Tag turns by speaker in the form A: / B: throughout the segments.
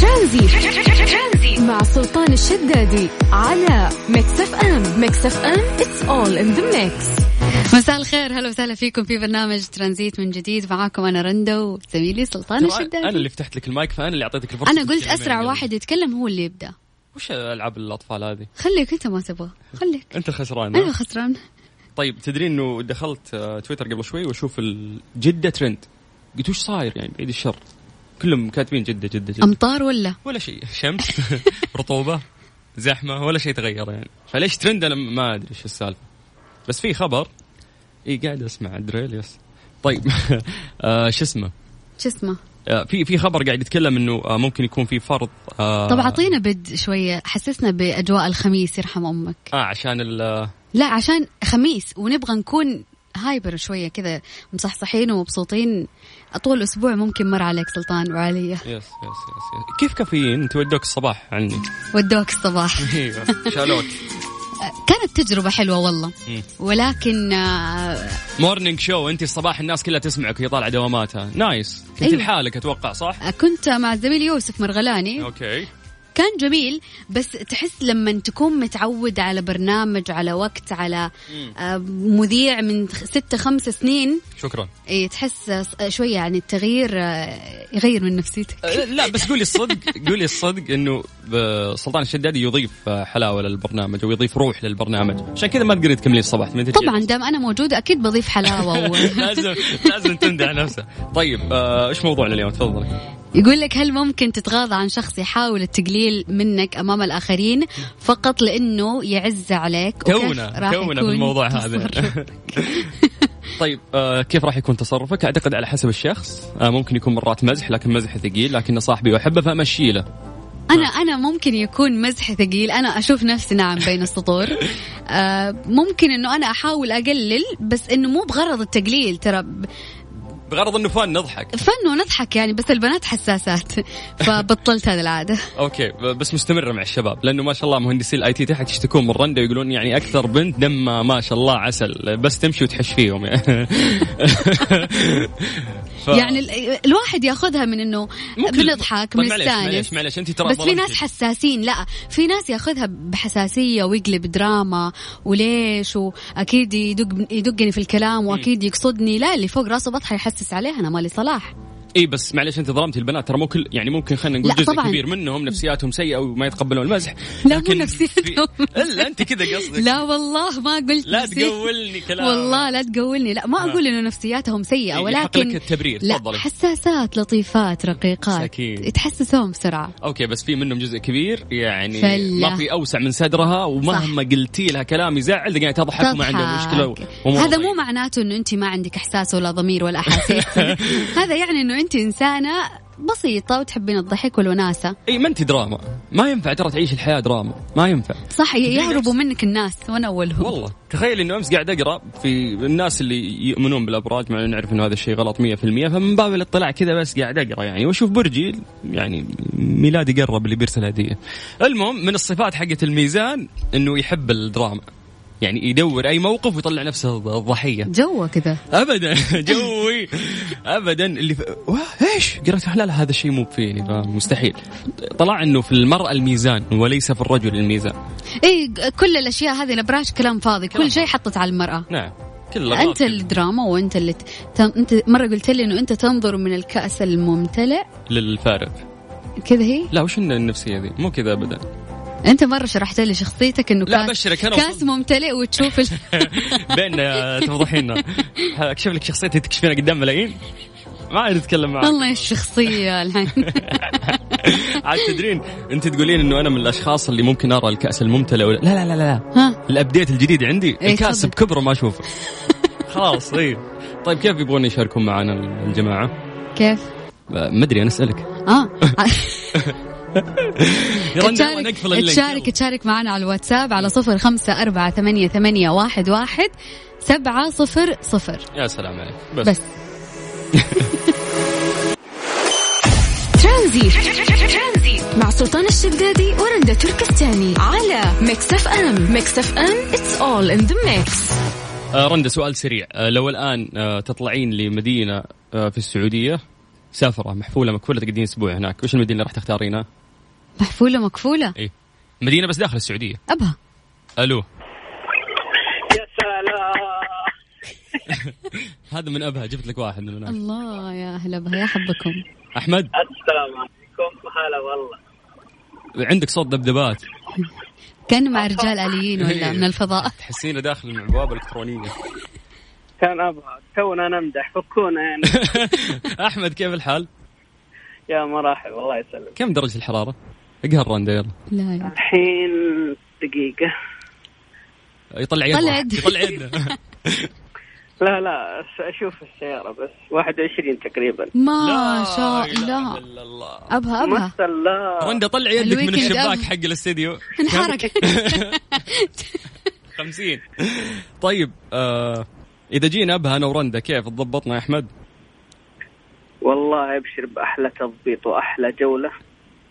A: ترانزيت مع سلطان الشدادي على ميكس اف ام ميكس اف ام اتس اول ان ذا ميكس
B: مساء الخير هلا وسهلا فيكم في برنامج ترانزيت من جديد معاكم انا رندا وزميلي سلطان
C: ترى انا
B: الشدادي
C: اللي فتحت لك المايك فانا اللي اعطيتك الفرصه
B: انا قلت
C: تتكلمين.
B: اسرع
C: يلا.
B: واحد يتكلم هو اللي يبدا
C: يعني. وش العاب الاطفال هذه؟
B: خليك انت ما تبغى خليك
C: انت خسران
B: انا
C: ها؟
B: خسران
C: طيب تدري انه دخلت آه، تويتر قبل شوي واشوف ال- جده ترند قلت وش صاير يعني بعيد الشر كلهم كاتبين جده جده جده
B: امطار ولا
C: ولا شيء شمس رطوبه زحمه ولا شيء تغير يعني فليش ترند انا ما ادري ايش السالفه بس في خبر اي قاعد اسمع دريليوس طيب آه، شو اسمه
B: شو اسمه
C: آه، في في خبر قاعد يتكلم انه آه، ممكن يكون في فرض آه،
B: طب اعطينا بد شويه حسسنا باجواء الخميس يرحم امك
C: اه عشان ال
B: لا عشان خميس ونبغى نكون هايبر شويه كذا مصحصحين ومبسوطين طول الاسبوع ممكن مر عليك سلطان وعلي
C: يس يس يس, يس. كيف كافيين انت ودوك الصباح عني
B: ودوك الصباح
C: ايوه شالوك
B: كانت تجربه حلوه والله
C: مم.
B: ولكن آه،
C: مورنينج شو انت الصباح الناس كلها تسمعك وهي طالعه دواماتها نايس كنت
B: أيوة.
C: لحالك اتوقع صح
B: كنت مع الزميل يوسف مرغلاني
C: اوكي
B: كان جميل بس تحس لما تكون متعود على برنامج على وقت على
C: مم.
B: آه، مذيع من خ- ست خمس سنين
C: شكرا
B: إيه، تحس آه، شويه يعني التغيير آه، يغير من نفسيتك
C: أه، لا بس قولي الصدق قولي الصدق انه ب- سلطان الشدادي يضيف آه، حلاوه للبرنامج ويضيف روح للبرنامج عشان كذا ما تقدري تكملي الصباح تمدي
B: طبعا دام انا موجوده اكيد بضيف حلاوه و...
C: لازم لازم تمدح نفسها طيب آه، ايش موضوعنا اليوم تفضلي
B: يقول لك هل ممكن تتغاضى عن شخص يحاول التقليل منك امام الاخرين فقط لانه يعز عليك وكيف
C: تونا
B: راح
C: تونا
B: يكون
C: بالموضوع هذا
B: تصرفك؟
C: طيب آه كيف راح يكون تصرفك؟ اعتقد على حسب الشخص آه ممكن يكون مرات مزح لكن مزح ثقيل لكنه صاحبي واحبه فامشي له
B: انا انا ممكن يكون مزح ثقيل انا اشوف نفسي نعم بين السطور آه ممكن انه انا احاول اقلل بس انه مو بغرض التقليل ترى ب-
C: بغرض انه فان نضحك
B: فن ونضحك يعني بس البنات حساسات فبطلت هذه العاده
C: اوكي ب- بس مستمره مع الشباب لانه ما شاء الله مهندسي الاي تي تحت يشتكون من رندا ويقولون يعني اكثر بنت دمها ما شاء الله عسل بس تمشي وتحش فيهم يعني ف-
B: يعني ال- الواحد ياخذها من انه
C: ممكن-
B: بنضحك
C: طيب معليش
B: بنستانس
C: معليش معليش انت ترى
B: بس في ناس
C: ظلمتي.
B: حساسين لا في ناس ياخذها بحساسيه ويقلب دراما وليش واكيد يدق يدقني في الكلام واكيد يقصدني لا اللي فوق راسه بطحه يحسس عليها انا مالي صلاح
C: اي بس معليش انت ظلمتي البنات ترى مو كل يعني ممكن خلينا نقول
B: لا،
C: جزء
B: طبعاً.
C: كبير منهم نفسياتهم سيئه وما يتقبلون المزح
B: لا، مو
C: لكن
B: نفسيتهم.
C: في- الا انت كذا قصدك
B: لا والله ما قلت
C: لا
B: نفسي-
C: تقولني كلام
B: والله لا تقولني لا ما اقول انه نفسياتهم سيئه
C: إيه، يحق لك
B: ولكن
C: التبرير
B: لا
C: تفضلي
B: حساسات لطيفات رقيقات
C: أكيد.
B: يتحسسون بسرعه
C: اوكي بس في منهم جزء كبير يعني
B: فلا.
C: ما في اوسع من صدرها ومهما قلتي لها كلام يزعل دقاعد تضحك وما عندها مشكله
B: تضحك.
C: وأمورها
B: هذا
C: طيبة.
B: مو معناته انه انت ما عندك احساس ولا ضمير ولا احاسيس هذا يعني انه انت انسانه بسيطه وتحبين الضحك والوناسه
C: اي ما انت دراما ما ينفع ترى تعيش الحياه دراما ما ينفع
B: صح يهربوا منك الناس وانا اولهم
C: والله تخيل انه امس قاعد اقرا في الناس اللي يؤمنون بالابراج مع انه نعرف انه هذا الشيء غلط 100% فمن باب الاطلاع كذا بس قاعد اقرا يعني واشوف برجي يعني ميلادي قرب اللي بيرسل هديه. المهم من الصفات حقت الميزان انه يحب الدراما. يعني يدور اي موقف ويطلع نفسه الضحيه.
B: جوا كذا
C: ابدا جوي ابدا اللي ف... واه، ايش قرأت لا لا هذا الشيء مو فيني فمستحيل طلع انه في المراه الميزان وليس في الرجل الميزان
B: اي إيه، كل الاشياء هذه الابراج كلام فاضي كل شيء حطت على المراه
C: نعم
B: انت
C: كل الأغراض
B: الدراما وانت اللي ت- تم... انت مره قلت لي انه انت تنظر من الكاس الممتلئ
C: للفارق
B: كذا هي
C: لا وش إن النفسيه ذي مو كذا ابدا
B: انت مره شرحت لي شخصيتك انه
C: لا،
B: كاس
C: أبشرك أنا
B: كاس
C: وصلت.
B: ممتلئ وتشوف ال...
C: بيننا توضحين اكشف لك شخصيتي تكشفينها قدام ملايين ما عاد اتكلم معك
B: والله الشخصيه الحين
C: عاد تدرين انت تقولين انه انا من الاشخاص اللي ممكن ارى الكاس الممتلئ ولا لا لا لا لا
B: ها
C: الابديت الجديد عندي
B: إيه،
C: الكاس
B: تفضل.
C: بكبره ما اشوفه خلاص اي طيب كيف يبغون يشاركون معنا الجماعه؟
B: كيف؟
C: آه، ما ادري انا اسالك
B: اه
C: يلا
B: تشارك
C: نقفل اللينك
B: تشارك تشارك معنا على الواتساب على صفر خمسة أربعة ثمانية ثمانية واحد واحد سبعة صفر صفر
C: يلا. يا سلام عليك
B: بس
C: بس, بس.
A: ترانزيت مع سلطان الشدادي ورندا تركستاني على ميكس اف ام ميكس اف ام اتس اول ان ذا ميكس
C: آه رندا سؤال سريع آه لو الان آه تطلعين لمدينه آه في السعوديه سافرة محفولة مكفولة تقعدين اسبوع هناك، وش المدينة اللي راح تختارينها؟
B: محفوله مكفوله
C: اي مدينه بس داخل السعوديه
B: ابها
C: الو
D: يا سلام
C: هذا من ابها جبت لك واحد من هناك
B: الله يا اهلا بها يا حبكم
C: احمد
D: السلام عليكم هلا والله
C: عندك صوت دبدبات
B: كان مع رجال اليين ولا من الفضاء
C: تحسينه داخل المعبواب الالكترونيه
D: كان ابغى تونا نمدح فكونا يعني
C: احمد كيف الحال؟
D: يا مرحبا الله يسلمك
C: كم درجه الحراره؟ اقهر رندا يلا
B: لا يا
D: الحين دقيقة
C: يطلع يده
B: طلع
C: واحد.
B: يده.
C: يطلع يده
D: لا لا أس- اشوف السيارة بس 21 تقريبا
B: ما آه، شاء الله
C: الا الله
B: ابها ابها
D: مس الله
C: رندا طلع يدك من
B: الويكند
C: الشباك
B: أب.
C: حق الاستديو
B: انحرك
C: 50 طيب آه اذا جينا ابها انا ورندا كيف تضبطنا يا احمد؟
D: والله ابشر باحلى تضبيط واحلى جولة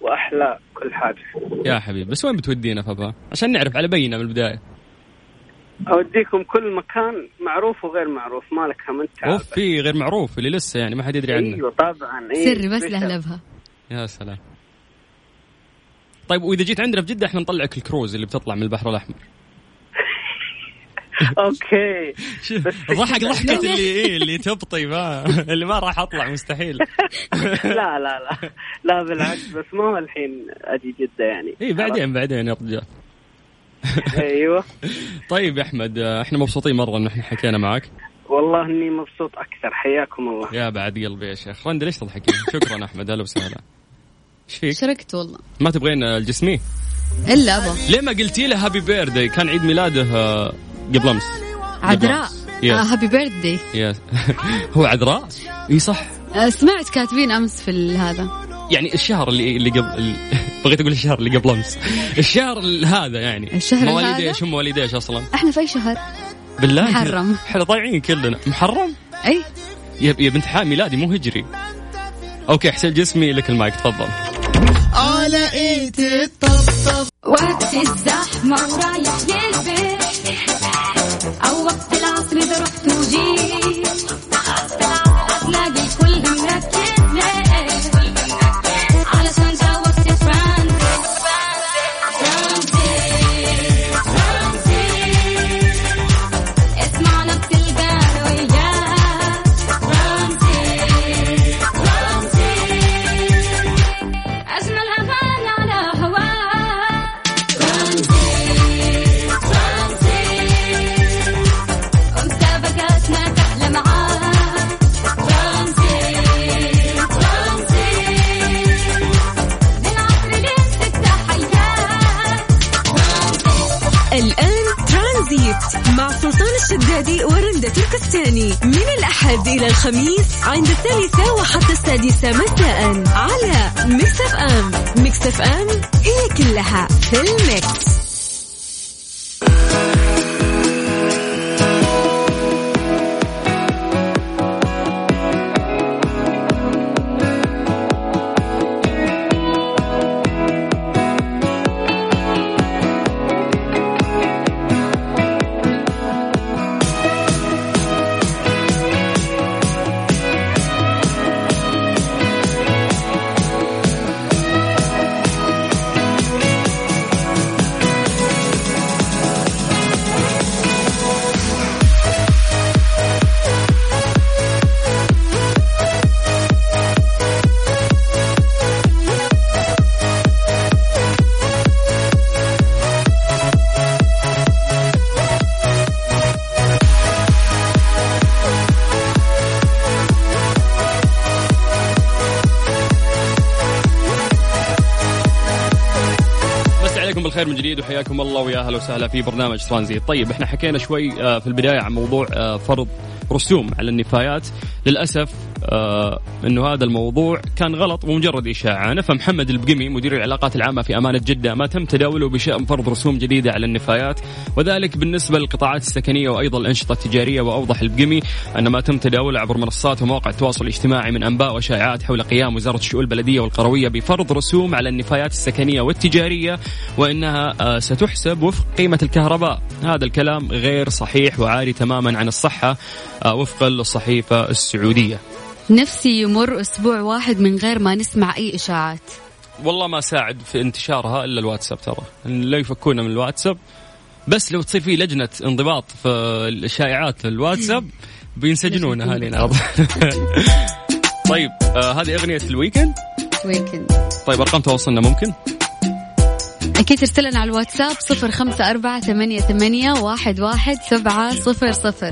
D: واحلى كل حاجة
C: يا حبيبي بس وين بتودينا في ابها؟ عشان نعرف على بينه من البدايه
D: اوديكم كل مكان معروف وغير معروف مالك هم انت
C: اوف في غير معروف اللي لسه يعني ما حد يدري عنه
D: ايوه طبعا أيوة.
B: سري بس لاهلا بها
C: يا سلام طيب واذا جيت عندنا في جده احنا نطلعك الكروز اللي بتطلع من البحر الاحمر
D: اوكي
C: ضحك ضحكه اللي إيه اللي تبطي ما اللي ما راح اطلع مستحيل
D: لا لا لا لا بالعكس بس ما هو الحين اجي جدة يعني
C: اي إيه، بعدين بعدين يا رجال
D: ايوه
C: طيب يا احمد آه، احنا مبسوطين مره ان احنا حكينا معك
D: والله اني مبسوط اكثر حياكم الله
C: يا بعد قلبي يا شيخ رند ليش يعني؟ تضحكين شكرا احمد اهلا وسهلا ايش فيك؟
B: شركت والله
C: ما تبغين الجسمي؟
B: الا ابها
C: ليه ما قلتي له هابي بيردي كان عيد ميلاده آه، قبل امس
B: عذراء آه،
C: Yes.
B: هابي بيرثدي
C: يس هو عذراء؟ اي صح
B: آه، سمعت كاتبين امس في ال- هذا
C: يعني الشهر اللي اللي قبل ال- بغيت اقول الشهر اللي قبل امس الشهر ال- هذا يعني
B: الشهر
C: مواليد
B: هذا؟
C: ايش هم مواليد ايش اصلا
B: احنا في اي شهر؟
C: بالله
B: محرم.
C: احنا ضايعين كلنا محرم
B: اي
C: يا, يا بنت حال ميلادي مو هجري اوكي حسين جسمي لك المايك تفضل
E: وقت الزحمة ورايح للبيت أو وقت العصر إذا رحت وجيت هتلاقي الكل مركز ليش؟ علشان ده وقت ترانزيت ترانزيت ترانزيت اسمعنا بتلقى وياك ترانزيت ترانزيت أجمل أغاني على هواك ترانزيت ترانزيت ومسابقاتنا سهلة معاك ترانزيت ترانزيت من عصر للستة حياك ترانزيت
A: الآن ترانزيت مع سلطان الشدادي ورندا تركستاني من الأحد إلى الخميس عند الثالثة وحتى السادسة مساء على ميكس أف أم ميكس أف أم هي كلها في الميكس
C: بس عليكم بالخير من جديد وحياكم الله ويا اهلا وسهلا في برنامج ترانزيت طيب احنا حكينا شوي آه، في البدايه عن موضوع آه، فرض رسوم على النفايات للاسف آه، انه هذا الموضوع كان غلط ومجرد اشاعه نفى محمد البقمي مدير العلاقات العامه في امانه جده ما تم تداوله بشان فرض رسوم جديده على النفايات وذلك بالنسبه للقطاعات السكنيه وايضا الانشطه التجاريه واوضح البقمي ان ما تم تداوله عبر منصات ومواقع التواصل الاجتماعي من انباء وشائعات حول قيام وزاره الشؤون البلديه والقرويه بفرض رسوم على النفايات السكنيه والتجاريه وانها آه، ستحسب وفق قيمه الكهرباء هذا الكلام غير صحيح وعاري تماما عن الصحه آه، وفقا للصحيفه السعوديه
B: نفسي يمر اسبوع واحد من غير ما نسمع اي اشاعات
C: والله ما ساعد في انتشارها الا الواتساب ترى لا يفكونا من الواتساب بس لو تصير في لجنه انضباط في الشائعات في الواتساب بينسجنون اهالينا طيب آه هذه اغنيه الويكند
B: ويكند
C: طيب ارقام تواصلنا ممكن
B: أكيد ترسل لنا على الواتساب صفر خمسة أربعة ثمانية ثمانية واحد واحد سبعة صفر صفر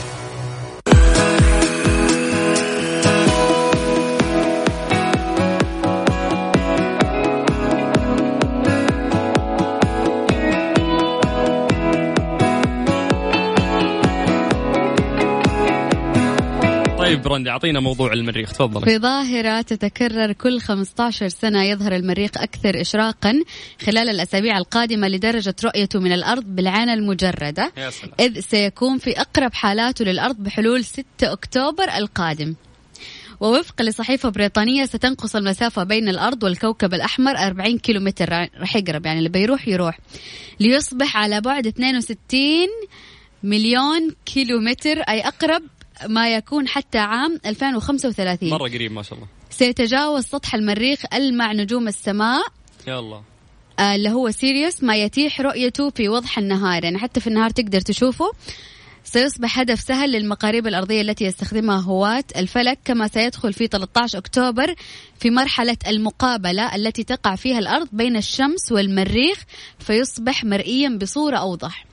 C: طيب رندي اعطينا موضوع المريخ تفضل
B: في ظاهرة تتكرر كل 15 سنة يظهر المريخ أكثر إشراقا خلال الأسابيع القادمة لدرجة رؤيته من الأرض بالعين المجردة
C: يا سلام.
B: إذ سيكون في أقرب حالاته للأرض بحلول 6 أكتوبر القادم ووفقا لصحيفة بريطانية ستنقص المسافة بين الأرض والكوكب الأحمر 40 كيلومتر رح يقرب يعني اللي بيروح يروح ليصبح على بعد 62 مليون كيلومتر أي أقرب ما يكون حتى عام 2035
C: مره قريب ما شاء الله
B: سيتجاوز سطح المريخ ألمع نجوم السماء
C: يلا
B: آه، اللي هو سيريوس ما يتيح رؤيته في وضح النهار يعني حتى في النهار تقدر تشوفه سيصبح هدف سهل للمقاريب الأرضية التي يستخدمها هواة الفلك كما سيدخل في 13 أكتوبر في مرحلة المقابلة التي تقع فيها الأرض بين الشمس والمريخ فيصبح مرئيا بصورة أوضح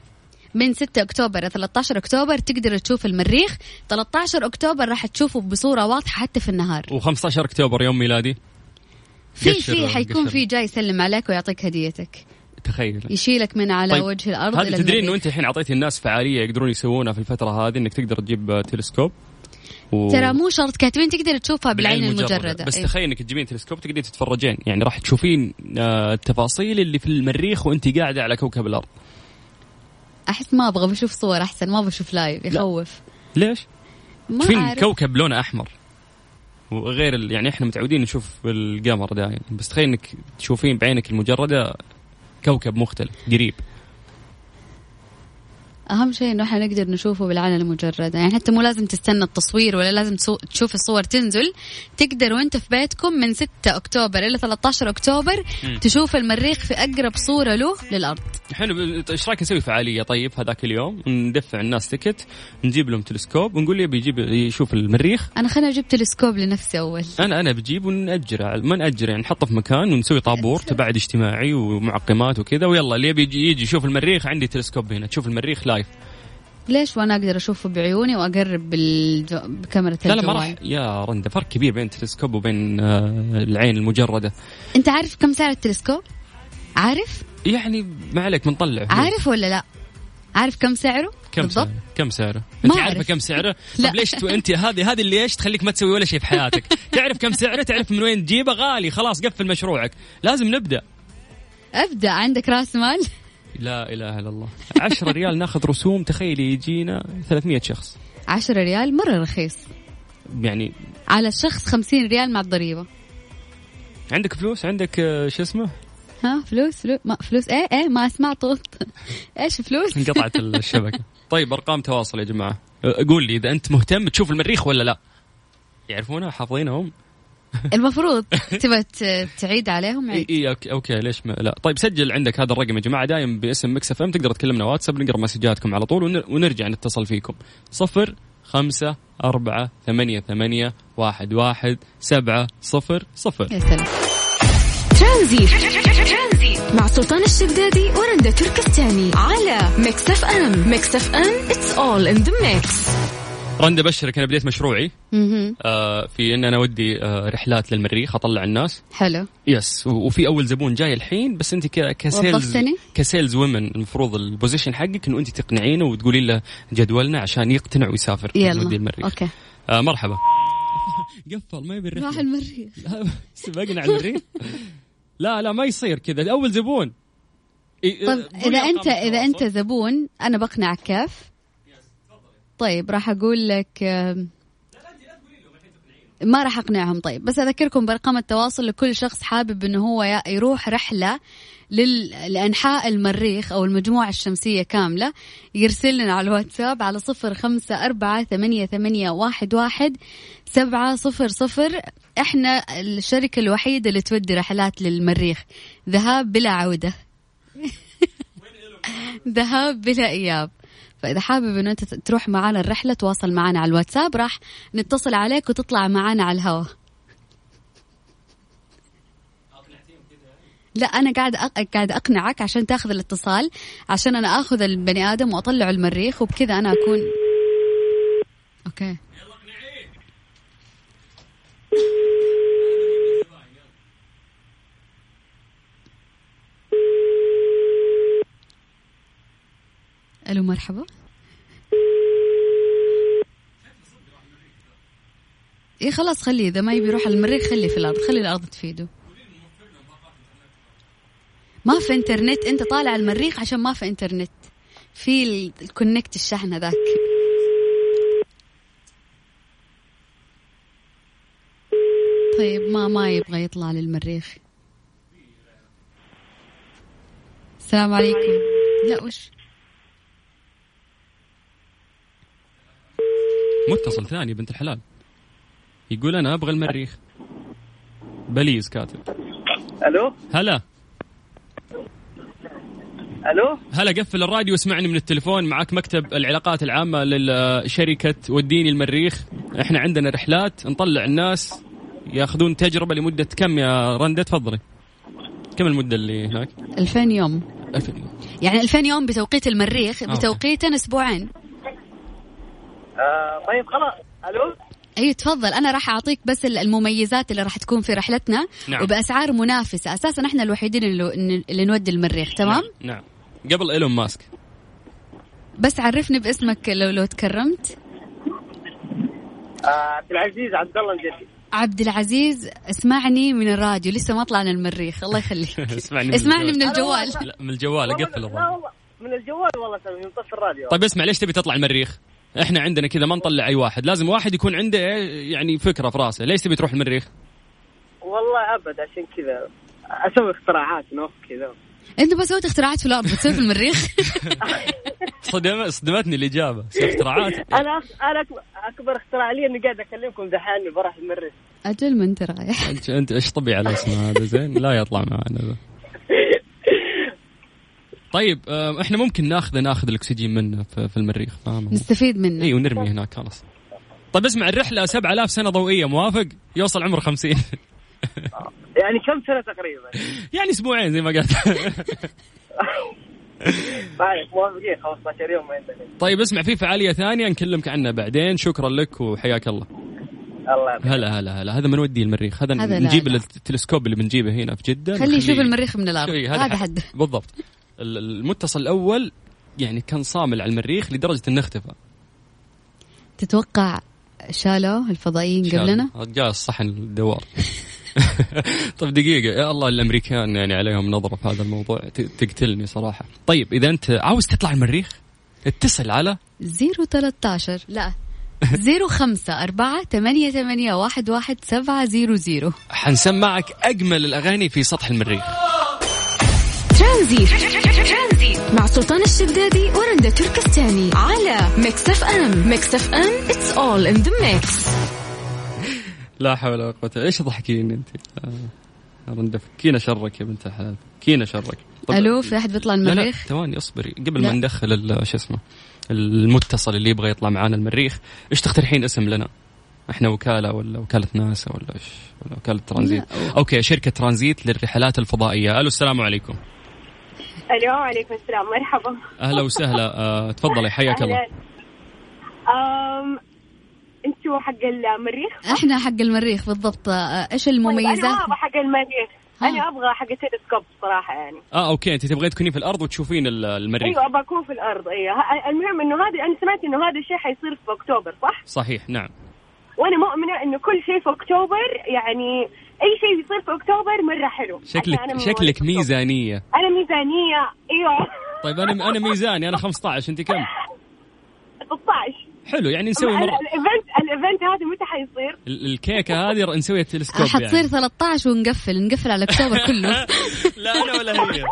B: من 6 أكتوبر ل 13 أكتوبر تقدر تشوف المريخ 13 أكتوبر راح تشوفه بصورة واضحة حتى في النهار
C: و15 اكتوبر يوم ميلادي
B: في
C: قشر-
B: في حيكون
C: قشر.
B: في جاي يسلم عليك ويعطيك هديتك
C: تخيل
B: يشيلك من على طيب. وجه الارض
C: هذه
B: الى
C: تدري انه
B: المريخ.
C: انت الحين اعطيتي الناس فعاليه يقدرون يسوونها في الفتره هذه انك تقدر تجيب آه، تلسكوب و...
B: ترى مو شرط كاتبين تقدر تشوفها بالعين المجرده
C: بس
B: إيه.
C: تخيل انك تجيبين تلسكوب تقدرين تتفرجين يعني راح تشوفين آه، التفاصيل اللي في المريخ وانت قاعده على كوكب الارض
B: احس ما ابغى بشوف صور احسن ما بشوف لايف يخوف
C: ليش؟
B: ما
C: تشوفين
B: أعرف.
C: كوكب لونه احمر وغير ال... يعني احنا متعودين نشوف القمر دايم بس تخيل انك تشوفين بعينك المجرده كوكب مختلف قريب
B: اهم شيء انه احنا نقدر نشوفه بالعين المجرده يعني حتى مو لازم تستنى التصوير ولا لازم تسو- تشوف الصور تنزل تقدر وانت في بيتكم من 6 اكتوبر الى 13 اكتوبر تشوف المريخ في اقرب صوره له للارض
C: حلو ب- ايش رايك نسوي فعاليه طيب هذاك اليوم ندفع الناس تكت نجيب لهم تلسكوب ونقول يبي يجيب يشوف المريخ
B: انا خليني اجيب تلسكوب لنفسي اول
C: انا انا بجيب ونأجره ما نأجره يعني نحطه في مكان ونسوي طابور تباعد اجتماعي ومعقمات وكذا ويلا اللي يبي يجي, يجي يشوف المريخ عندي تلسكوب هنا تشوف المريخ لايف
B: ليش وانا اقدر اشوفه بعيوني واقرب بالجو... بكاميرا
C: لا
B: الجوال
C: لا ما راح يا رندا فرق كبير بين التلسكوب وبين آه، العين المجرده
B: انت عارف كم سعر التلسكوب عارف
C: يعني ما عليك بنطلع
B: عارف ولا لا عارف كم سعره
C: كم سعره؟ كم سعره؟
B: ما
C: انت عارفه
B: أعرف.
C: كم سعره؟
B: لا.
C: طب ليش تو... انت هذه هذه اللي ايش تخليك ما تسوي ولا شيء في حياتك؟ تعرف كم سعره؟ تعرف من وين تجيبه؟ غالي خلاص قفل مشروعك، لازم نبدا.
B: ابدا عندك راس مال
C: لا اله الا الله، 10 ريال ناخذ رسوم تخيلي يجينا 300 شخص،
B: 10 ريال مره رخيص
C: يعني
B: على الشخص 50 ريال مع الضريبه
C: عندك فلوس عندك آه، شو اسمه؟
B: ها فلوس فلوس ما فلوس ايه ايه ما اسمع طوط ايش فلوس
C: انقطعت الشبكه. طيب ارقام تواصل يا جماعه، آه، قول لي اذا انت مهتم تشوف المريخ ولا لا؟ يعرفونها حافظينهم؟
B: المفروض تبى ت- تعيد عليهم
C: اي
B: عيد
C: اي اوكي اوكي ليش ما لا طيب سجل عندك هذا الرقم يا جماعه دايم باسم مكس اف ام تقدر تكلمنا واتساب نقرا مسجاتكم على طول ونر- ونرجع نتصل فيكم صفر خمسة أربعة ثمانية ثمانية واحد واحد سبعة صفر صفر
B: يا سلام
A: ترانزيت مع سلطان الشدادي ورندا تركستاني على ميكس اف ام ميكس اف ام it's all in the mix
C: رندا بشرك أنا بديت مشروعي
B: مهم.
C: آه في إن أنا أودي آه رحلات للمريخ أطلع الناس
B: حلو
C: يس و- وفي أول زبون جاي الحين بس أنت ك- كسيلز
B: وظفتني؟
C: كسيلز ومن المفروض البوزيشن حقك إنه أنت تقنعينه وتقولين له جدولنا عشان يقتنع ويسافر نوديه
B: يلا
C: المريخ
B: اوكي
C: آه مرحبا قفل ما يبي
B: راح
C: الرحله
B: المريخ
C: سبقنا على الريف لا لا ما يصير كذا اول زبون إي- آه،
B: طيب
C: قول
B: اذا
C: أرقام
B: انت اذا انت
C: التواصل.
B: زبون انا بقنعك كيف؟ طيب راح اقول لك آم، ما راح اقنعهم طيب بس اذكركم برقم التواصل لكل شخص حابب انه هو ي- يروح رحله لل... لانحاء المريخ او المجموعه الشمسيه كامله يرسل لنا على الواتساب على صفر خمسه اربعه ثمانيه ثمانيه واحد واحد سبعه صفر صفر احنا الشركه الوحيده اللي تودي رحلات للمريخ ذهاب بلا عوده ذهاب بلا اياب فاذا حابب انه انت تروح معنا الرحله تواصل معنا على الواتساب راح نتصل عليك وتطلع معنا على الهواء لا انا قاعد أق... قاعد اقنعك عشان تاخذ الاتصال عشان انا اخذ البني ادم واطلعه المريخ وبكذا انا اكون اوكي الو مرحبا ايه خلاص خليه اذا ما يبي يروح على المريخ خليه في الارض خلي الارض تفيده ما في انترنت انت طالع المريخ عشان ما في انترنت في ال- الكونكت الشحن هذاك طيب ما ما يبغى يطلع للمريخ السلام عليكم لا وش
C: متصل ثاني بنت الحلال يقول انا ابغى المريخ بليز كاتب
D: الو
C: هلا
D: الو
C: هلا قفل الراديو واسمعني من التليفون معك مكتب العلاقات العامة لشركة وديني المريخ احنا عندنا رحلات نطلع الناس ياخذون تجربة لمدة كم يا رندة تفضلي كم المدة اللي هناك
B: 2000 يوم
C: ألف-
B: يعني 2000 يوم بتوقيت المريخ
C: أوكي.
B: بتوقيتنا اسبوعين
D: آه طيب خلاص الو
B: اي إيه، تفضل انا راح اعطيك بس ال- المميزات اللي راح تكون في رحلتنا
C: نعم.
B: وباسعار منافسه اساسا احنا الوحيدين اللي, اللي نودي المريخ تمام
C: نعم, نعم. قبل ايلون ماسك
B: بس عرفني باسمك لو لو تكرمت
D: آه، عبد العزيز عبد الله الجدي
B: عبد العزيز اسمعني من الراديو لسه ما طلعنا المريخ الله يخليك
C: اسمعني
B: اسمعني من الجوال
C: لا من الجوال اقفل
D: لا
C: الراديو
D: والله من الجوال والله سامي من طف الراديو
C: طيب اسمع ليش تبي تطلع المريخ؟ احنا عندنا كذا ما نطلع اي واحد، لازم واحد يكون عنده إيه، يعني فكره في راسه، ليش تبي تروح المريخ؟ طيب.
D: والله ابد عشان كذا اسوي اختراعات نوف كذا
B: انت ما سويت اختراعات في الارض بتسوي في المريخ
C: صدم صدمتني الاجابه، سوي اختراعات
D: انا انا أكبر- اكبر اختراع لي اني قاعد اكلمكم دحين بروح المرس
B: اجل ما انت رايح
C: انت انت ايش طبي على اسمه هذا زين؟ لا يطلع معنا ذا. طيب آه، احنا ممكن ناخذه ناخذ الاكسجين منه في في المريخ فاهم؟
B: نستفيد منه
C: اي ونرمي هناك خلاص. طيب اسمع الرحله 7000 سنه ضوئيه موافق؟ يوصل عمره 50
D: يعني كم سنه تقريبا؟
C: يعني اسبوعين زي ما قلت.
D: طيب موافقين 15 يوم ما ينتهي
C: طيب اسمع في فعاليه ثانيه نكلمك عنها بعدين شكرا لك وحياك الله
D: الله يرحمه
C: هلا هلا هلا هذا ما نودي المريخ هذا,
B: هذا لا،
C: نجيب
B: لا.
C: التلسكوب اللي بنجيبه هنا في جده
B: خليه يشوف
C: نخليه-
B: المريخ من الارض
C: شوي،
B: هذا حد
C: بالضبط ال- المتصل الاول يعني كان صامل على المريخ لدرجه انه اختفى
B: تتوقع شالوا الفضائيين قبلنا
C: جاء الصحن الدوار طيب دقيقة يا الله الامريكان يعني عليهم نظرة في هذا الموضوع ت- تقتلني صراحة. طيب إذا أنت عاوز تطلع المريخ اتصل على
B: زيرو 13 لا زيرو خمسة أربعة ثمانية ثمانية واحد واحد سبعة زيرو زيرو
C: حنسمعك أجمل الأغاني في سطح المريخ.
A: ترانزيت مع سلطان الشدادي ورندا تركستاني على ميكس اف ام ميكس اف ام اتس اول ان ذا ميكس
C: لا حول ولا قوة ايش تضحكين انت؟ آه، رندا فكينا شرك يا بنت الحلال فكينا شرك طب-
B: ألو في أحد بيطلع
C: لا لا
B: المريخ
C: ثواني اصبري قبل
B: لا.
C: ما ندخل ال- شو اسمه المتصل اللي يبغى يطلع معانا المريخ ايش تقترحين اسم لنا؟ احنا وكاله ولا وكاله ناسا ولا ايش؟ ولا وكاله ترانزيت؟ اوكي شركه ترانزيت للرحلات الفضائيه الو السلام عليكم
F: الو عليكم السلام مرحبا
C: اهلا وسهلا آه، تفضلي حياك الله
F: أهلاً. أم... انتوا حق المريخ
B: احنا حق المريخ بالضبط آه، ايش
F: طيب انا
B: المميزات
F: ما ابغى حق المريخ
B: ها.
F: انا ابغى حق التلسكوب صراحه يعني
C: اه اوكي انت تبغين تكونين في الارض وتشوفين ال- المريخ
F: ايوه ابغى اكون في الارض ايوه ه- المهم انه هذا انا سمعت انه هذا الشيء حيصير في اكتوبر صح؟
C: صحيح نعم
F: وانا مؤمنه انه كل شيء في اكتوبر يعني اي شيء بيصير في اكتوبر مره حلو عشان أنا
C: شكلك
F: من
C: شكلك
F: مواليد أكتوبر.
C: ميزانيه
F: انا ميزانيه ايوه
C: طيب انا انا ميزاني انا 15 انت كم؟
F: 16
C: حلو يعني نسوي مرة
F: الايفنت الايفنت هذا متى حيصير؟
C: ال- الكيكه هذه نسويها تلسكوب يعني.
B: حتصير 13 ونقفل نقفل على اكتوبر كله
C: لا انا ولا هي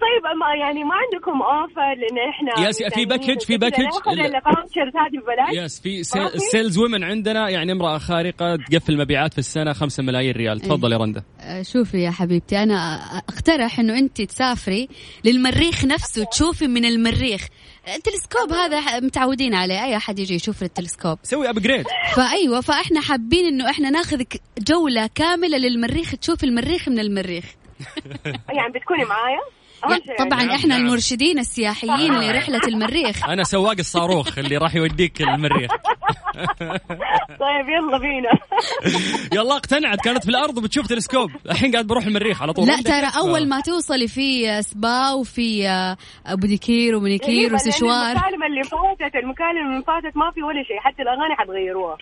F: طيب اما يعني ما عندكم اوفر لان احنا
C: يا سي- في باكج- في باكج. لا.
F: الفاوتشرز هذه ببلاش
C: يس في سي- سيلز وومن عندنا يعني امراه خارقه تقفل مبيعات في السنه 5 ملايين
B: إيه.
C: ريال تفضل يا رندا
B: آه، شوفي يا حبيبتي انا اقترح انه انت تسافري للمريخ نفسه تشوفي من المريخ التلسكوب هذا ح- متعودين عليه اي احد يجي يشوف التلسكوب
C: سوي ابجريد
B: فايوه فاحنا حابين انه احنا ناخذك جوله كامله للمريخ تشوف المريخ من المريخ
F: يعني بتكوني معايا؟ أهم
B: يعني
F: شيء
B: طبعا
C: نعم،
B: احنا
C: نعم.
B: المرشدين السياحيين لرحله المريخ
C: انا سواق الصاروخ اللي راح يوديك المريخ
F: طيب يلا بينا
C: يلا اقتنعت كانت في الارض وبتشوف تلسكوب الحين قاعد بروح المريخ على طول آه.
B: لا ترى اول ما توصلي في سبا وفي آه، بوديكير ومانيكير
F: غريبة، لأن
B: وسشوار
F: المكالمة اللي فاتت المكالمة اللي فاتت ما في ولا شيء حتى الاغاني حتغيروها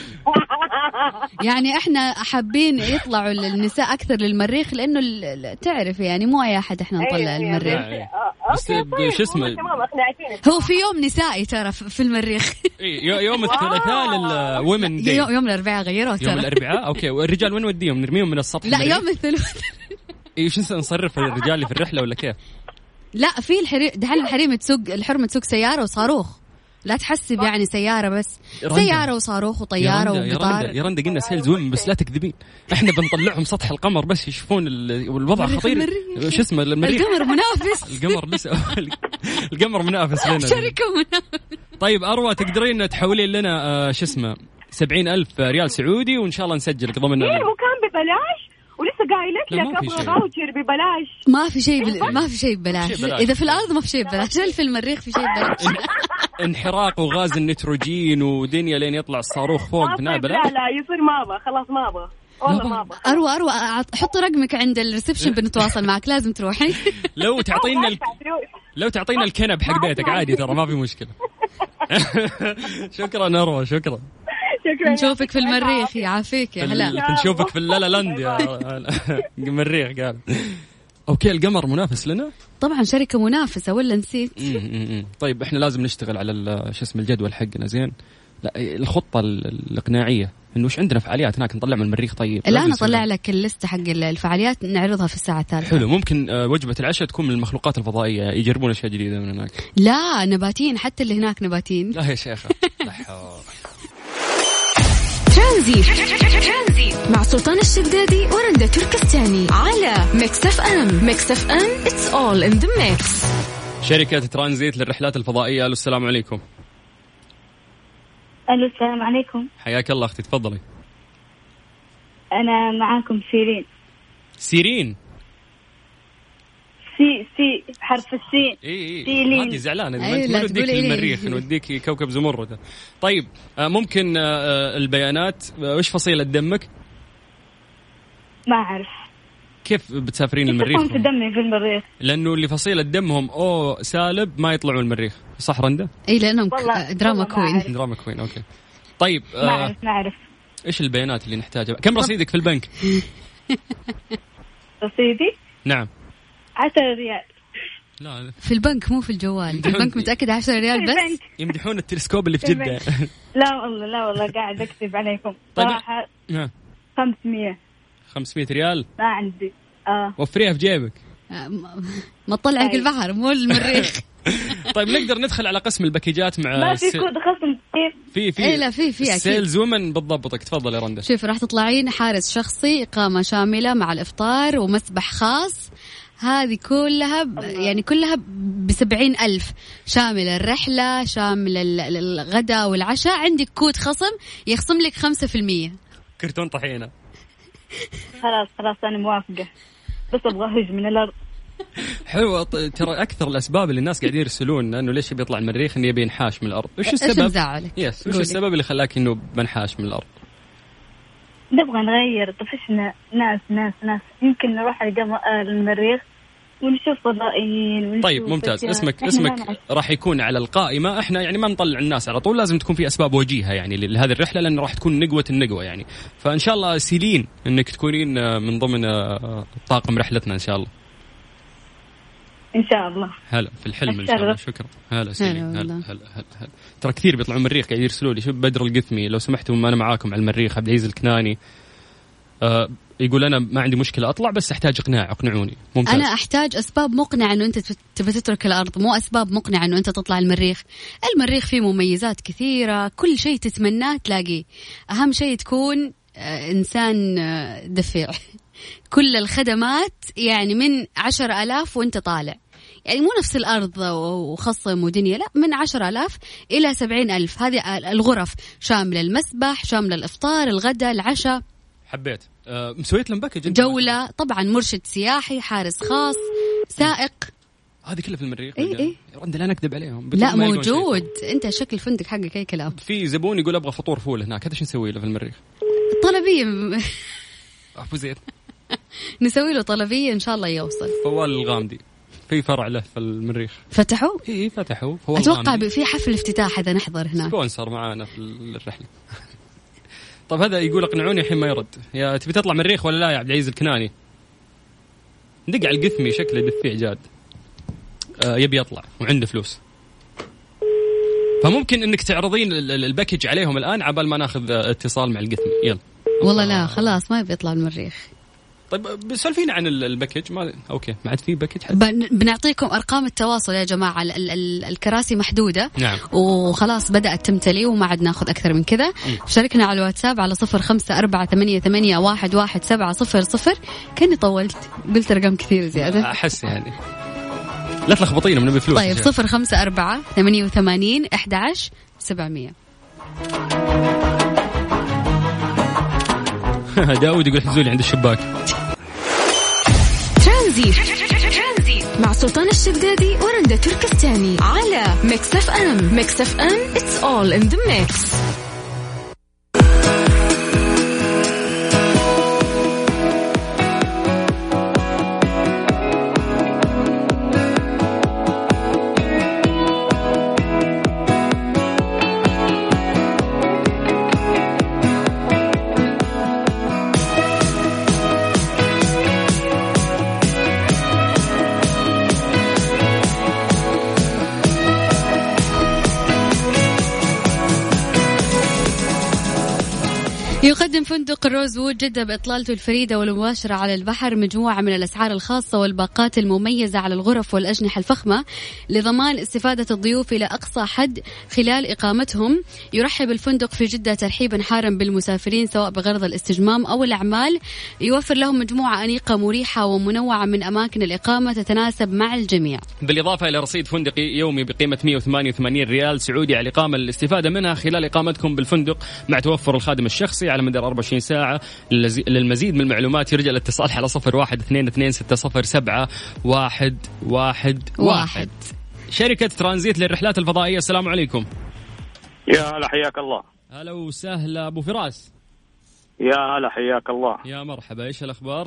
F: فيعني-
B: يعني احنا حابين يطلعوا النساء اكثر للمريخ لانه ال- ال- تعرف يعني مو اي احد احنا نطلع
F: أيوة، أيوة.
B: المريخ
C: نعم.
F: آه،
C: إيه. بس
F: أوكي،
C: ب-
F: طيب،
C: شو اسمه؟
F: والله تمام اقنعتيني
B: هو في يوم نسائي ترى في في المريخ
C: إيه، يو- يوم الثلاثاء الومن دي
B: يوم, يوم الاربعاء غيروه
C: يوم
B: ترى
C: الاربعاء اوكي والرجال وين نوديهم نرميهم من السطح
B: لا
C: المريخ؟
B: يوم الثلاثاء
C: ايش نس- إيه، نصرف الرجال اللي في الرحله ولا كيف؟
B: لا في الحريم دحين الحريم تسوق الحرمه تسوق سياره وصاروخ لا تحسب يعني سياره بس
C: رندم.
B: سياره وصاروخ
C: يا
B: وطياره
C: رندا يا رندا يا
B: وقطار
C: رندا قلنا سيلز وين بس لا تكذبين احنا بنطلعهم سطح القمر بس يشوفون ال- الوضع
B: مريخ
C: خطير
B: المريخ.
C: شو اسمه المريخ
B: القمر منافس
C: القمر لسه القمر منافس لنا
B: شركه منافس
C: طيب اروى تقدرين تحولين لنا آه، شو اسمه سبعين ألف ريال سعودي وإن شاء الله نسجلك ضمن
F: ليه
C: ال-
F: المكان إيه، ببلاش ولسه قايلك
C: لا،
F: لك
C: ما في
F: ابغى
C: شيء.
F: فاوتشر ببلاش
B: ما في شيء بل... ما في شيء
C: ما في
B: ببلاش
C: شيء ببلاش.
B: اذا في الارض ما في شيء ببلاش هل في المريخ في شيء ببلاش
C: انحراق وغاز النيتروجين ودنيا لين يطلع الصاروخ فوق
F: آه،
C: بناء
F: طيب، لا
C: نعم، بلاش
F: لا يصير ما ابغى خلاص ما ابغى والله ما ابغى
B: اروى اروى أعط- حط رقمك عند الريسبشن بنتواصل معك لازم تروحي
C: لو تعطينا ال... لو تعطينا الكنب حق بيتك عادي ترى ما في مشكله شكرا اروى شكرا
F: شكرا
B: نشوفك في المريخ يعافيك يا هلا
C: ال- نشوفك في اللا لا لاند يا مريخ قال اوكي القمر منافس لنا
B: طبعا شركه منافسه ولا نسيت
C: مم، مم، مم. طيب احنا لازم نشتغل على ال- شو اسمه الجدول حقنا زين لا الخطه ال- الاقناعيه انه وش عندنا فعاليات هناك نطلع من المريخ طيب
B: الان
C: لازم
B: اطلع لك الليسته حق الفعاليات نعرضها في الساعه الثالثه
C: حلو ممكن آه، وجبه العشاء تكون من المخلوقات الفضائيه يجربون اشياء جديده من هناك
B: لا نباتين حتى اللي هناك نباتين
C: لا يا شيخه لا حول.
A: ترانزي مع سلطان الشدادي ورندا تركستاني على ميكس اف ام ميكس اف ام اتس اول ان ذا ميكس
C: شركه ترانزيت للرحلات الفضائيه الو السلام عليكم
G: الو السلام عليكم
C: حياك الله اختي تفضلي
G: انا معاكم سيرين
C: سيرين
G: سي سي حرف السين
C: اي اي
G: سيرين.
C: هذه زعلانه ما
B: أيوة،
C: انت
B: لا،
C: ما نوديك
B: تقول إيه.
C: المريخ نوديك كوكب زمرد طيب آه، ممكن آه، آه، البيانات آه، وش فصيله دمك؟
G: ما اعرف
C: كيف بتسافرين
G: تكون
C: المريخ؟
G: تدمي في المريخ
C: لانه اللي فصيله دمهم او سالب ما يطلعوا المريخ صح رندا؟
B: اي لانهم ك-
G: والله-
B: دراما
G: والله ما
B: كوين
G: أعرف.
C: دراما كوين اوكي طيب
G: ما
C: آه
G: اعرف ما اعرف
C: ايش البيانات اللي نحتاجها؟ كم رصيدك في البنك؟
G: رصيدي
C: نعم
G: 10 ريال
C: لا
B: في البنك مو في الجوال في البنك متاكد 10 ريال بس
G: البنك.
C: يمدحون التلسكوب اللي في جده
G: طيب لا والله لا والله قاعد اكذب عليكم
C: طيب.
G: صراحه
C: ها،
G: 500
C: 500 ريال
G: ما عندي اه
C: وفريها في جيبك
B: آه، ما- ما
G: طيب.
B: تطلعك البحر مو المريخ
C: طيب نقدر ندخل على قسم الباكجات مع
G: ما في
C: الس-
G: كود خصم كيف
C: في في
B: إيه، لا، في- في أكيد.
C: سيلز وومن بتضبطك تفضل يا رندا
B: شوف راح تطلعين حارس شخصي إقامة شاملة مع الإفطار ومسبح خاص هذه كلها ب- يعني كلها بسبعين ألف شامل الرحلة شامل ال- ال- الغداء والعشاء عندك كود خصم يخصم لك خمسة في المية
C: كرتون طحينه
G: خلاص خلاص انا موافقه بس ابغى هج من الارض
C: حلو ط- ترى اكثر الاسباب اللي الناس قاعدين يرسلون لنا انه ليش يبي يطلع المريخ انه يبي ينحاش من الارض وش
B: إيش
C: السبب
B: مزعلك؟
C: يس وش
B: قولي.
C: السبب اللي خلاك انه بنحاش من الارض
G: نبغى نغير طفشنا ناس ناس ناس يمكن نروح القمر آه، المريخ ونشوف فضائيين ونشوف
C: طيب ممتاز
G: أشياء.
C: اسمك
G: إحنا ما
C: اسمك
G: نعرف.
C: راح يكون على القائمه احنا يعني ما نطلع الناس على طول لازم تكون في اسباب وجيهه يعني لهذه الرحله لان راح تكون نقوه النقوه يعني فان شاء الله سيلين انك تكونين آه، من ضمن آه، طاقم رحلتنا ان شاء الله
G: ان شاء الله
C: هلا في الحلم ان شاء الله
G: أشتغل.
C: شكرا هلا سيدي
B: هلا
C: هلا هلا
B: والله.
C: هلا هلا ترى كثير بيطلعوا المريخ قاعد يعني يرسلوا لي شوف بدر القثمي لو سمحتم انا معاكم على المريخ عبد العزيز الكناني آه يقول انا ما عندي مشكله اطلع بس احتاج اقناع اقنعوني ممتاز
B: انا احتاج اسباب مقنعه انه انت تب- تبي تترك الارض مو اسباب مقنعه انه انت تطلع المريخ المريخ فيه مميزات كثيره كل شيء تتمناه تلاقيه اهم شيء تكون آه، انسان آه، دفيع كل الخدمات يعني من عشر ألاف وانت طالع يعني مو نفس الأرض و- وخصم ودنيا لا من عشر ألاف إلى سبعين ألف هذه الغرف شاملة المسبح شاملة الإفطار الغداء العشاء
C: حبيت آه مسويت لهم باكج أنت.
B: جولة طبعا مرشد سياحي حارس خاص سائق
C: هذه كلها في المريخ
B: إي إي.
C: رندا لا نكذب عليهم
B: إيه، لا
C: بتقول ما يلقون شيء.
B: موجود انت شكل فندق حقك اي كلام
C: في زبون يقول ابغى فطور فول هناك هذا شو نسوي له في المريخ
B: طلبيه
C: ابو زيد
B: نسوي له طلبيه ان شاء الله يوصل
C: فوال الغامدي في فرع له في المريخ
B: فتحوا
C: اي إي، فتحوا فوال
B: اتوقع
C: الغامدي.
B: بي- في حفل افتتاح اذا نحضر هناك
C: سبونسر معانا في الرحله طيب هذا يقول اقنعوني الحين ما يرد يا تبي تطلع مريخ ولا لا يا عبد العزيز الكناني دق على القثمي شكله دفيع جاد آه يبي يطلع وعنده فلوس فممكن انك تعرضين ال- ال- الباكج عليهم الان عبال ما ناخذ آه، اتصال مع القثمي يلا
B: والله لا خلاص ما يبي يطلع المريخ
C: طيب آه، سولفينا عن ال- الباكج ما اوكي ما عاد في باكج حد
B: بن- بنعطيكم ارقام التواصل يا جماعه ال- ال- ال- الكراسي محدوده
C: نعم.
B: وخلاص بدات تمتلي وما عاد ناخذ اكثر من كذا شاركنا على الواتساب على صفر خمسه اربعه ثمانيه ثمانيه واحد واحد سبعه صفر صفر كاني طولت قلت ارقام كثير زياده
C: احس يعني لا تلخبطينهم نبي فلوس
B: طيب صفر خمسة أربعة ثمانية وثمانين أحد عشر سبعمية
C: داود يقول احجزوا لي عند الشباك
A: ترانزيت مع سلطان الشدادي ورندا تركستاني على ميكس اف ام ميكس اف ام it's all in the mix
B: يقدم فندق الروز وود جدة بإطلالته الفريدة والمباشرة على البحر مجموعة من الأسعار الخاصة والباقات المميزة على الغرف والأجنحة الفخمة لضمان استفادة الضيوف إلى أقصى حد خلال إقامتهم يرحب الفندق في جدة ترحيبا حارا بالمسافرين سواء بغرض الاستجمام أو الأعمال يوفر لهم مجموعة أنيقة مريحة ومنوعة من أماكن الإقامة تتناسب مع الجميع
C: بالإضافة إلى رصيد فندقي يومي بقيمة 188 ريال سعودي على الإقامة للاستفادة منها خلال إقامتكم بالفندق مع توفر الخادم الشخصي على مدار 24 ساعة للز- للمزيد من المعلومات يرجى الاتصال على 01 22 607 سبعة واحد واحد واحد
B: واحد.
C: شركة ترانزيت للرحلات الفضائية السلام عليكم
H: يا هلا حياك الله
C: هلا وسهلا أبو فراس
H: يا هلا حياك الله
C: يا مرحبا إيش الأخبار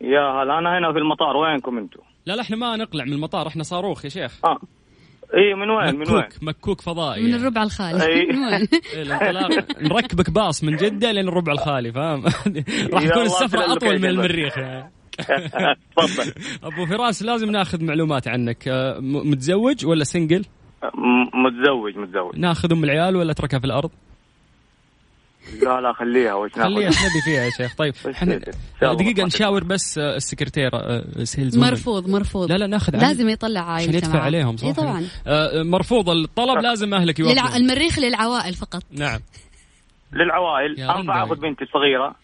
H: يا هلا انا هنا في المطار وينكم انتم؟
C: لا لا احنا ما نقلع من المطار احنا صاروخ يا شيخ
H: اه اي من وين من وين؟
C: مكوك مكوك فضائي
B: من الربع الخالي
H: أي.
C: إيه، الانطلاق نركبك باص من جدة لين الربع الخالي فاهم
H: إيه،
C: راح
H: يا
C: تكون
H: الله
C: السفرة
H: تلقى
C: أطول من
H: جبل.
C: المريخ يعني.
H: تفضل
C: أبو فراس لازم ناخذ معلومات عنك آه، م- متزوج ولا سنجل
H: م- متزوج متزوج
C: ناخذ أم العيال ولا اتركها في الأرض
H: لا لا خليها وش ناخذ؟
C: خليها نبي فيها يا شيخ طيب
H: وش
C: إحنا-
H: نبي؟ إن شاء الله
C: دقيقة
H: ما
C: نشاور بس آه، السكرتيرة آه، سيلز وومن.
B: مرفوض مرفوض
C: لا لا ناخذ عن-
B: لازم يطلع عائلته
C: عشان يدفع
B: معاه.
C: عليهم
B: إيه
C: صح
B: طبعا
C: آه، مرفوض الطلب لازم أهلك
B: للع...
C: يوافقون
B: المريخ للعوائل فقط
C: نعم
H: للعوائل
C: يا رندا.
H: انفع اخذ بنتي الصغيره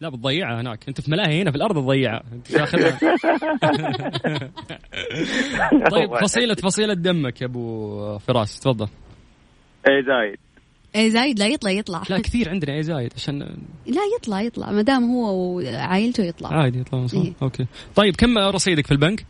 C: لا بتضيعها هناك انت في ملاهي هنا في الارض تضيعها انت تاخذها طيب فصيلة فصيلة دمك يا ابو فراس تفضل
H: اي زايد
B: إيه زايد لا يطلع يطلع
C: لا كثير عندنا اي زايد عشان
B: لا يطلع يطلع ما دام هو وعائلته
C: آه.
B: يطلع
C: عادي يطلعون صح
B: إيه.
C: اوكي طيب كم رصيدك في البنك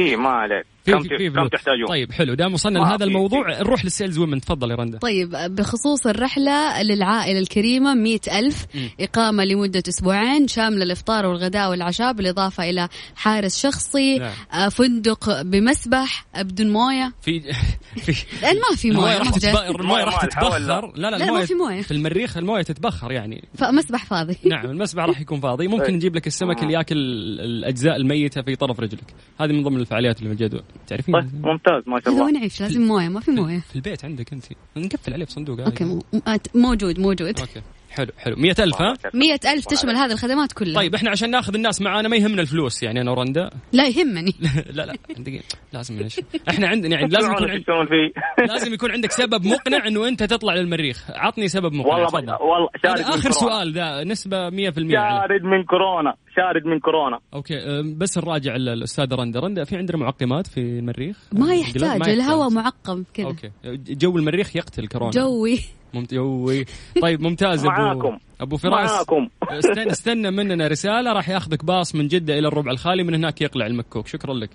H: اي ما عليك كم
C: في-
H: ت-
C: في
H: كم
C: بلوت.
H: تحتاجون؟
C: طيب حلو دام وصلنا
H: ما
C: لهذا
H: في-
C: الموضوع نروح للسيلز وومن تفضل يا رندا
B: طيب بخصوص الرحلة للعائلة الكريمة مئة ألف
C: مم.
B: إقامة لمدة أسبوعين شاملة الإفطار والغداء والعشاء بالإضافة إلى حارس شخصي
C: نعم.
B: آه، فندق بمسبح آه، بدون موية
C: في في
B: لأن ما في
C: المويه
B: موية
C: راح
B: رجال.
C: تتب- المويه راح
H: المويه مالحة ولا؟
C: تتبخر لا لا
B: لا، ما
C: المويه
B: في مويه.
C: في المريخ المويه تتبخر يعني
B: فمسبح فاضي
C: نعم المسبح راح يكون فاضي
H: إيه.
C: ممكن نجيب لك
B: آه.
C: السمك اللي ياكل الاجزاء الميته في طرف رجلك هذه من ضمن الفعاليات اللي في الجدول تعرفين
H: طيب ممتاز ما شاء
B: هذا
H: الله
B: وين عيش لازم موية ما في موية
C: في البيت عندك انت نقفل عليه في صندوق عادي.
B: إيه. أوكي مو- مو- موجود موجود
C: اوكي حلو حلو 100000 ها
H: طيب،
B: مئة ألف تشمل هذه الخدمات كلها
C: طيب احنا عشان ناخذ الناس معانا ما يهمنا الفلوس يعني انا ورندا
B: لا يهمني
C: لا لا دقيقه لازم نش- احنا عندنا يعني لازم يكون
H: لازم
C: عند...
H: يشتغلون فيه
C: لازم يكون عندك سبب مقنع انه انت تطلع للمريخ عطني سبب مقنع
H: والله
C: تفضل.
H: والله شارد
C: هذا
H: من
C: اخر
H: كورونا.
C: سؤال ذا نسبه 100% على
H: شارد من كورونا شارد من كورونا
C: اوكي أم، بس نراجع ال- الاستاذ رندا رندا في عندنا معقمات في المريخ
B: ما
C: يعني
B: يحتاج
C: ما يحتاج.
B: الهواء معقم كذا
C: اوكي جو المريخ يقتل كورونا
B: جوي
C: ممت... جوي طيب ممتاز ابو
H: معاكم.
C: ابو فراس
H: معاكم
C: استنى استنى مننا رساله راح ياخذك باص من جده الى الربع الخالي من هناك يقلع المكوك شكرا لك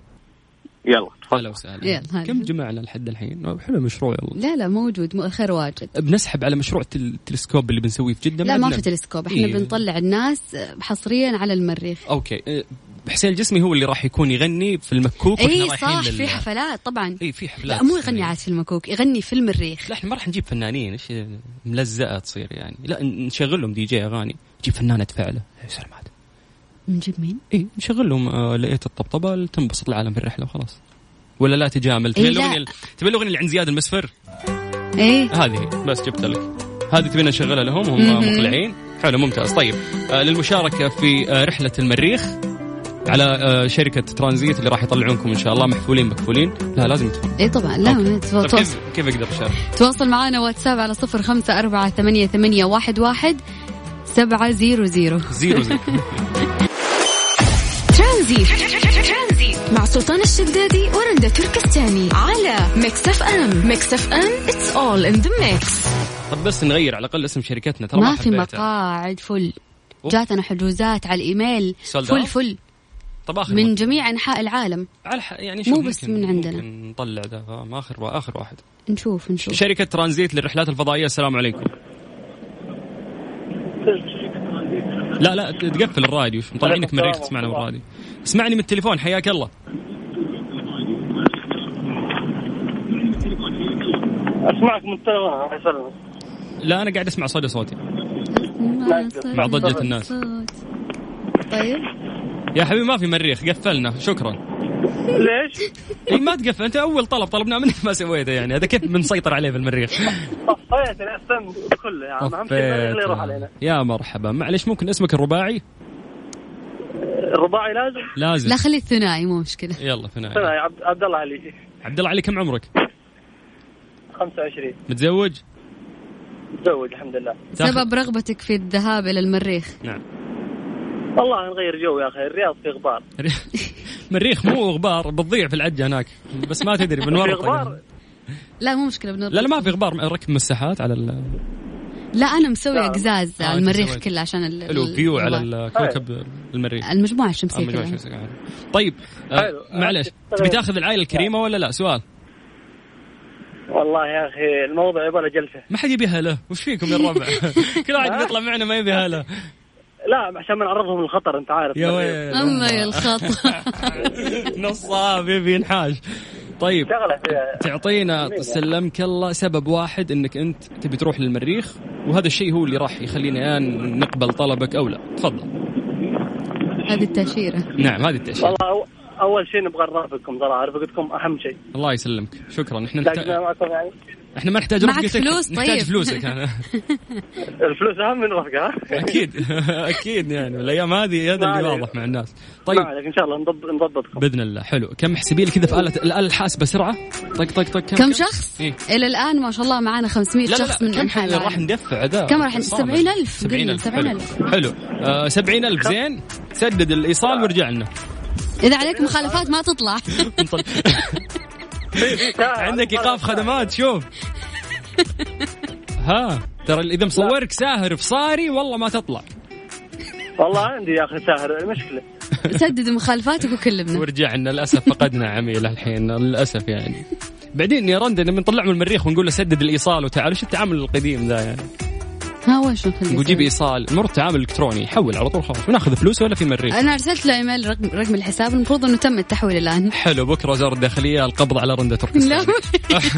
H: يلا
C: هلا وسهلا
B: يلا، هلا.
C: كم جمعنا لحد الحين حلو مشروع والله
B: لا لا موجود مو- خير واجد
C: بنسحب على مشروع التل- التلسكوب اللي بنسويه في جده
B: لا ما
C: بعدنا.
B: في تلسكوب احنا
C: إيه.
B: بنطلع الناس حصريا على المريخ
C: اوكي أه، حسين الجسمي هو اللي راح يكون يغني في المكوك
B: اي
C: وإحنا رايحين
B: إيه، صح
C: لل-
B: في
C: إيه،
B: حفلات طبعا
C: اي في حفلات
B: لا مو يغني عاد في المكوك يغني في المريخ
C: لا احنا ما راح نجيب فنانين ايش ملزقه تصير يعني لا ن- نشغل لهم دي جي اغاني نجيب فنانه تفعله يا سلام عاد
B: نجيب مين؟
C: اي نشغل لهم آه، لقيت الطبطبه تنبسط العالم في الرحله وخلاص ولا لا تجامل تبي
B: إيه، لا.
C: الاغنيه ال- تبي الاغنيه اللي عند زياد المسفر
B: ايه
C: هذه هي، بس جبت لك هذه تبينا نشغلها لهم هم
B: مهم.
C: مقلعين حلو ممتاز طيب آه، للمشاركه في آه، رحله المريخ على آه، شركه ترانزيت اللي راح يطلعونكم ان شاء الله محفولين مكفولين لا لازم تفهم
B: ايه طبعا لا
C: طيب
B: تواصل
C: كيف كيف اقدر اشارك
B: تواصل معنا واتساب على صفر خمسة أربعة ثمانية ثمانية واحد واحد سبعة زيرو زيرو
C: زيرو زيرو
A: ترانزي مع سلطان الشدادي ورندا تركستاني على ميكس اف ام ميكس اف ام اتس اول ان ذا ميكس
C: طب بس نغير على الاقل اسم شركتنا ترى
B: ما في
C: حبيتها.
B: مقاعد فل
C: أوف.
B: جاتنا حجوزات على الايميل
C: Sold out؟
B: فل فل
C: طب اخر
B: من
C: من
B: جميع انحاء العالم
C: على ح- يعني
B: مو
C: شوف
B: بس
C: ممكن-
B: من عندنا.
C: ممكن نطلع ذا آه، اخر وا- اخر واحد
B: نشوف نشوف
C: شركه ترانزيت للرحلات الفضائيه السلام عليكم لا لا ت- تقفل الراديو شو مطلعينك من ريك تسمعنا من الراديو اسمعني من التليفون حياك الله
D: اسمعك من التلفون فيصل.
C: لا انا قاعد اسمع صدى صوتي مع ضجة الناس.
B: طيب
C: يا حبيبي ما في مريخ قفلنا شكرا
D: ليش؟
C: إيه ما تقفل انت اول طلب طلبناه منك ما سويته يعني هذا كيف بنسيطر عليه في المريخ
D: طفيت الاس كله يا عم اهم شيء اللي يروح علينا
C: يا مرحبا معلش ممكن اسمك الرباعي
D: الرباعي لازم
C: لازم
B: لا خلي الثنائي مو مشكلة
C: يلا ثنائي
D: ثنائي عبد عبد الله علي
C: عبد الله علي كم عمرك
D: 25
C: متزوج
D: متزوج الحمد لله
C: تاخذ-
B: سبب رغبتك في الذهاب إلى المريخ
C: نعم
D: والله نغير جو يا اخي الرياض في غبار
C: مريخ مو غبار بتضيع في العجة هناك بس ما تدري من
D: في
C: ورا
D: غبار
C: الطريق.
B: لا مو مشكلة بنرد.
C: لا لا ما في غبار ركب مساحات على ال...
B: لا أنا مسوية
D: لا.
B: قزاز
C: آه،
B: على
C: أنت
B: المريخ
C: سويت.
B: كله عشان ال-
C: حلو
B: ال-
C: فيو على
B: الغبار.
C: ال-
D: أيوه.
C: كوكب المريخ
B: المجموعة
C: آه،
B: الشمسية
C: مجموعة
B: كلها
C: شمسية كلها. طيب آه،
D: حلو.
C: معلش
D: أيوه.
C: تبي تاخذ العائلة الكريمة ولا لا سؤال
D: والله يا اخي الموضوع يبغى له جلسه
C: ما حد يبي هلا وش فيكم يا الربع كل واحد بيطلع معنا ما يبي هلا
D: لا عشان ما نعرضهم للخطر انت عارف يعني
C: يا ويل
B: أما يا الخط
C: نصاب يبي ينحاش طيب
D: شغله فيها
C: تعطينا سلمك الله سبب واحد انك انت تبي تروح للمريخ وهذا الشيء هو اللي راح يخلينا الان نقبل طلبك او لا تفضل
B: هذه التأشيرة
C: نعم هذه التاشيره
D: والله أو- اول شيء نبغى نرافقكم صراحه رفقتكم اهم شيء
C: الله يسلمك شكرا احنا
D: لكن
C: نحتاج
D: معكم يعني
C: احنا ما نحتاج
B: معك
C: رفقتك
B: فلوس طيب.
C: نحتاج فلوسك انا
D: الفلوس اهم من الرفقه ها
C: اكيد اكيد يعني الايام هذه هذا
D: ما
C: اللي
D: عليك.
C: واضح مع الناس
D: ما
C: طيب
D: عليك ان شاء الله نضب- نضبطكم
C: باذن الله حلو كم احسبي لي كذا في اله الاله الحاسبه سرعه طق طق طق
B: كم شخص؟
C: إيه.
B: إلى الآن ما شاء الله معانا 500
C: لا لا,
B: شخص من
C: لا كم
B: أنحاء
C: حد راح
B: العالم
C: ندفع ذا
B: كم راح-
C: صامل.
B: 70,000 قلنا،
C: 70,000 حلو
B: 70,000.
C: حلو آه 70000 زين سدد الايصال ورجع لنا
B: إذا عليك مخالفات ما تطلع
C: انطل- عندك ايقاف خدمات شوف ها ترى اذا مصورك ساهر في صاري والله ما تطلع
D: والله عندي يا اخي ساهر المشكله
B: سدد مخالفاتك وكلمنا
C: ورجعنا للاسف فقدنا عميل الحين للاسف يعني بعدين يا رندا لما نطلع من المريخ ونقول له سدد الايصال وتعال وش التعامل القديم ذا يعني
B: ها وين شو نخليه
C: نقول جيب
B: يسوي؟
C: ايصال مر تعامل الكتروني حول على طول خلاص وناخذ فلوسه ولا في مريخ
B: انا ارسلت له ايميل رقم, رقم الحساب المفروض انه تم التحويل الان
C: حلو بكره وزاره الداخليه القبض على رندا تركستاني
B: لا